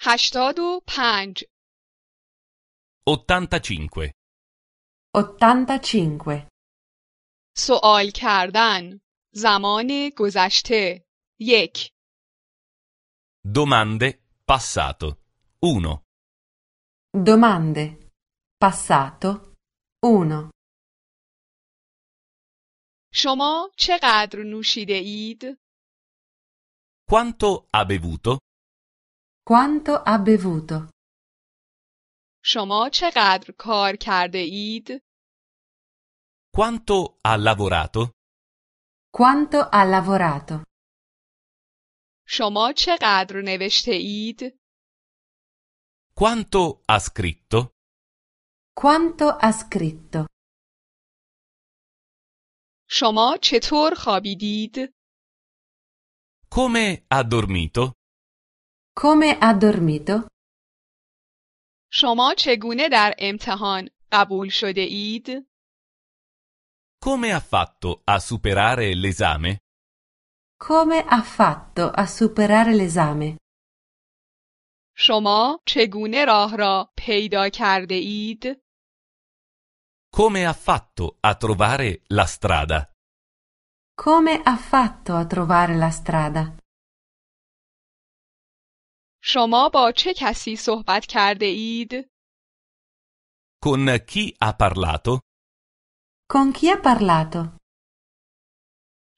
هشتاد و پنج 85. 85. سوال کردن زمان گذشته یک Domande passato. 1. Domande. Passato. 1. شما چقدر نوشیده اید؟ Quanto ha bevuto? Quanto ha bevuto? شما چقدر کار کرده اید؟ Quanto ha lavorato? Quanto ha lavorato? شما چقدر نوشته اید؟ Quanto ha scritto? Quanto ha scritto? شما چطور خوابیدید؟ Come ha dormito? Come ha dormito? شما چگونه در امتحان قبول شده اید؟ Come ha fatto a superare l'esame? Come ha fatto a superare l'esame? شما چگونه راه را پیدا کرده اید؟ Come ha fatto a trovare la strada? Come ha fatto a trovare la strada? شما با چه کسی صحبت کرده اید؟ Con chi ha parlato? Con chi ha parlato?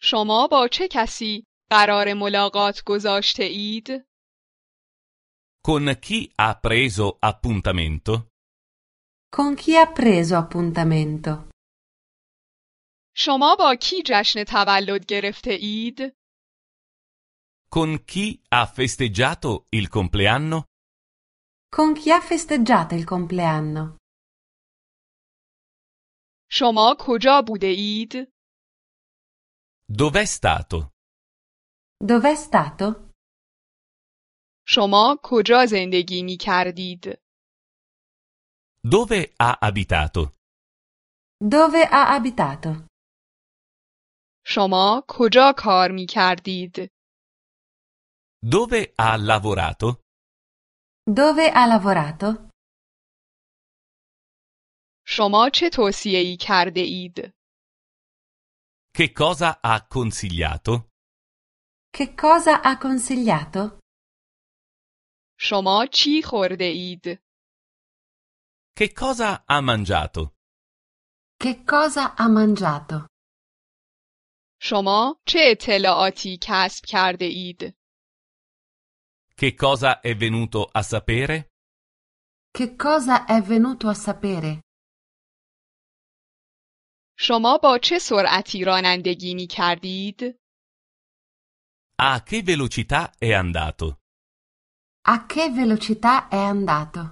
شما با چه کسی قرار ملاقات گذاشته اید؟ Con chi ha preso appuntamento? Con chi ha preso appuntamento? شما با کی جشن تولد گرفته اید؟ Con chi ha festeggiato il compleanno? Con chi ha festeggiato il compleanno? شما کجا بوده اید؟ Dov'è stato? Dov'è stato? شما کجا زندگی می کردید؟ Dove ha abitato? Dove ha abitato? شما کجا کار می کردید؟ Dove ha lavorato? Dove ha lavorato? شما چه توصیه ای کرده اید؟ Che cosa ha consigliato? Che cosa ha consigliato? شما چی خورده اید؟ Che cosa ha mangiato? Che cosa ha mangiato? شما چه اطلاعاتی کسب کرده اید؟ Che cosa è venuto a sapere? Che cosa è venuto a sapere? شما با چه سرعتی رانندگی می کردید؟ A che velocità è andato? A che velocità è andato?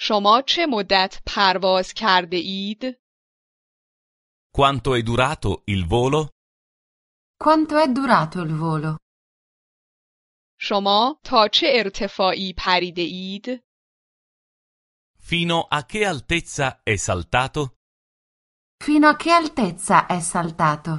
شما چه مدت پرواز کرده اید؟ Quanto è durato il volo? Quanto è durato il volo? شما تا چه ارتفاعی پریده اید؟ Fino a che altezza è saltato? Fino a che altezza è saltato?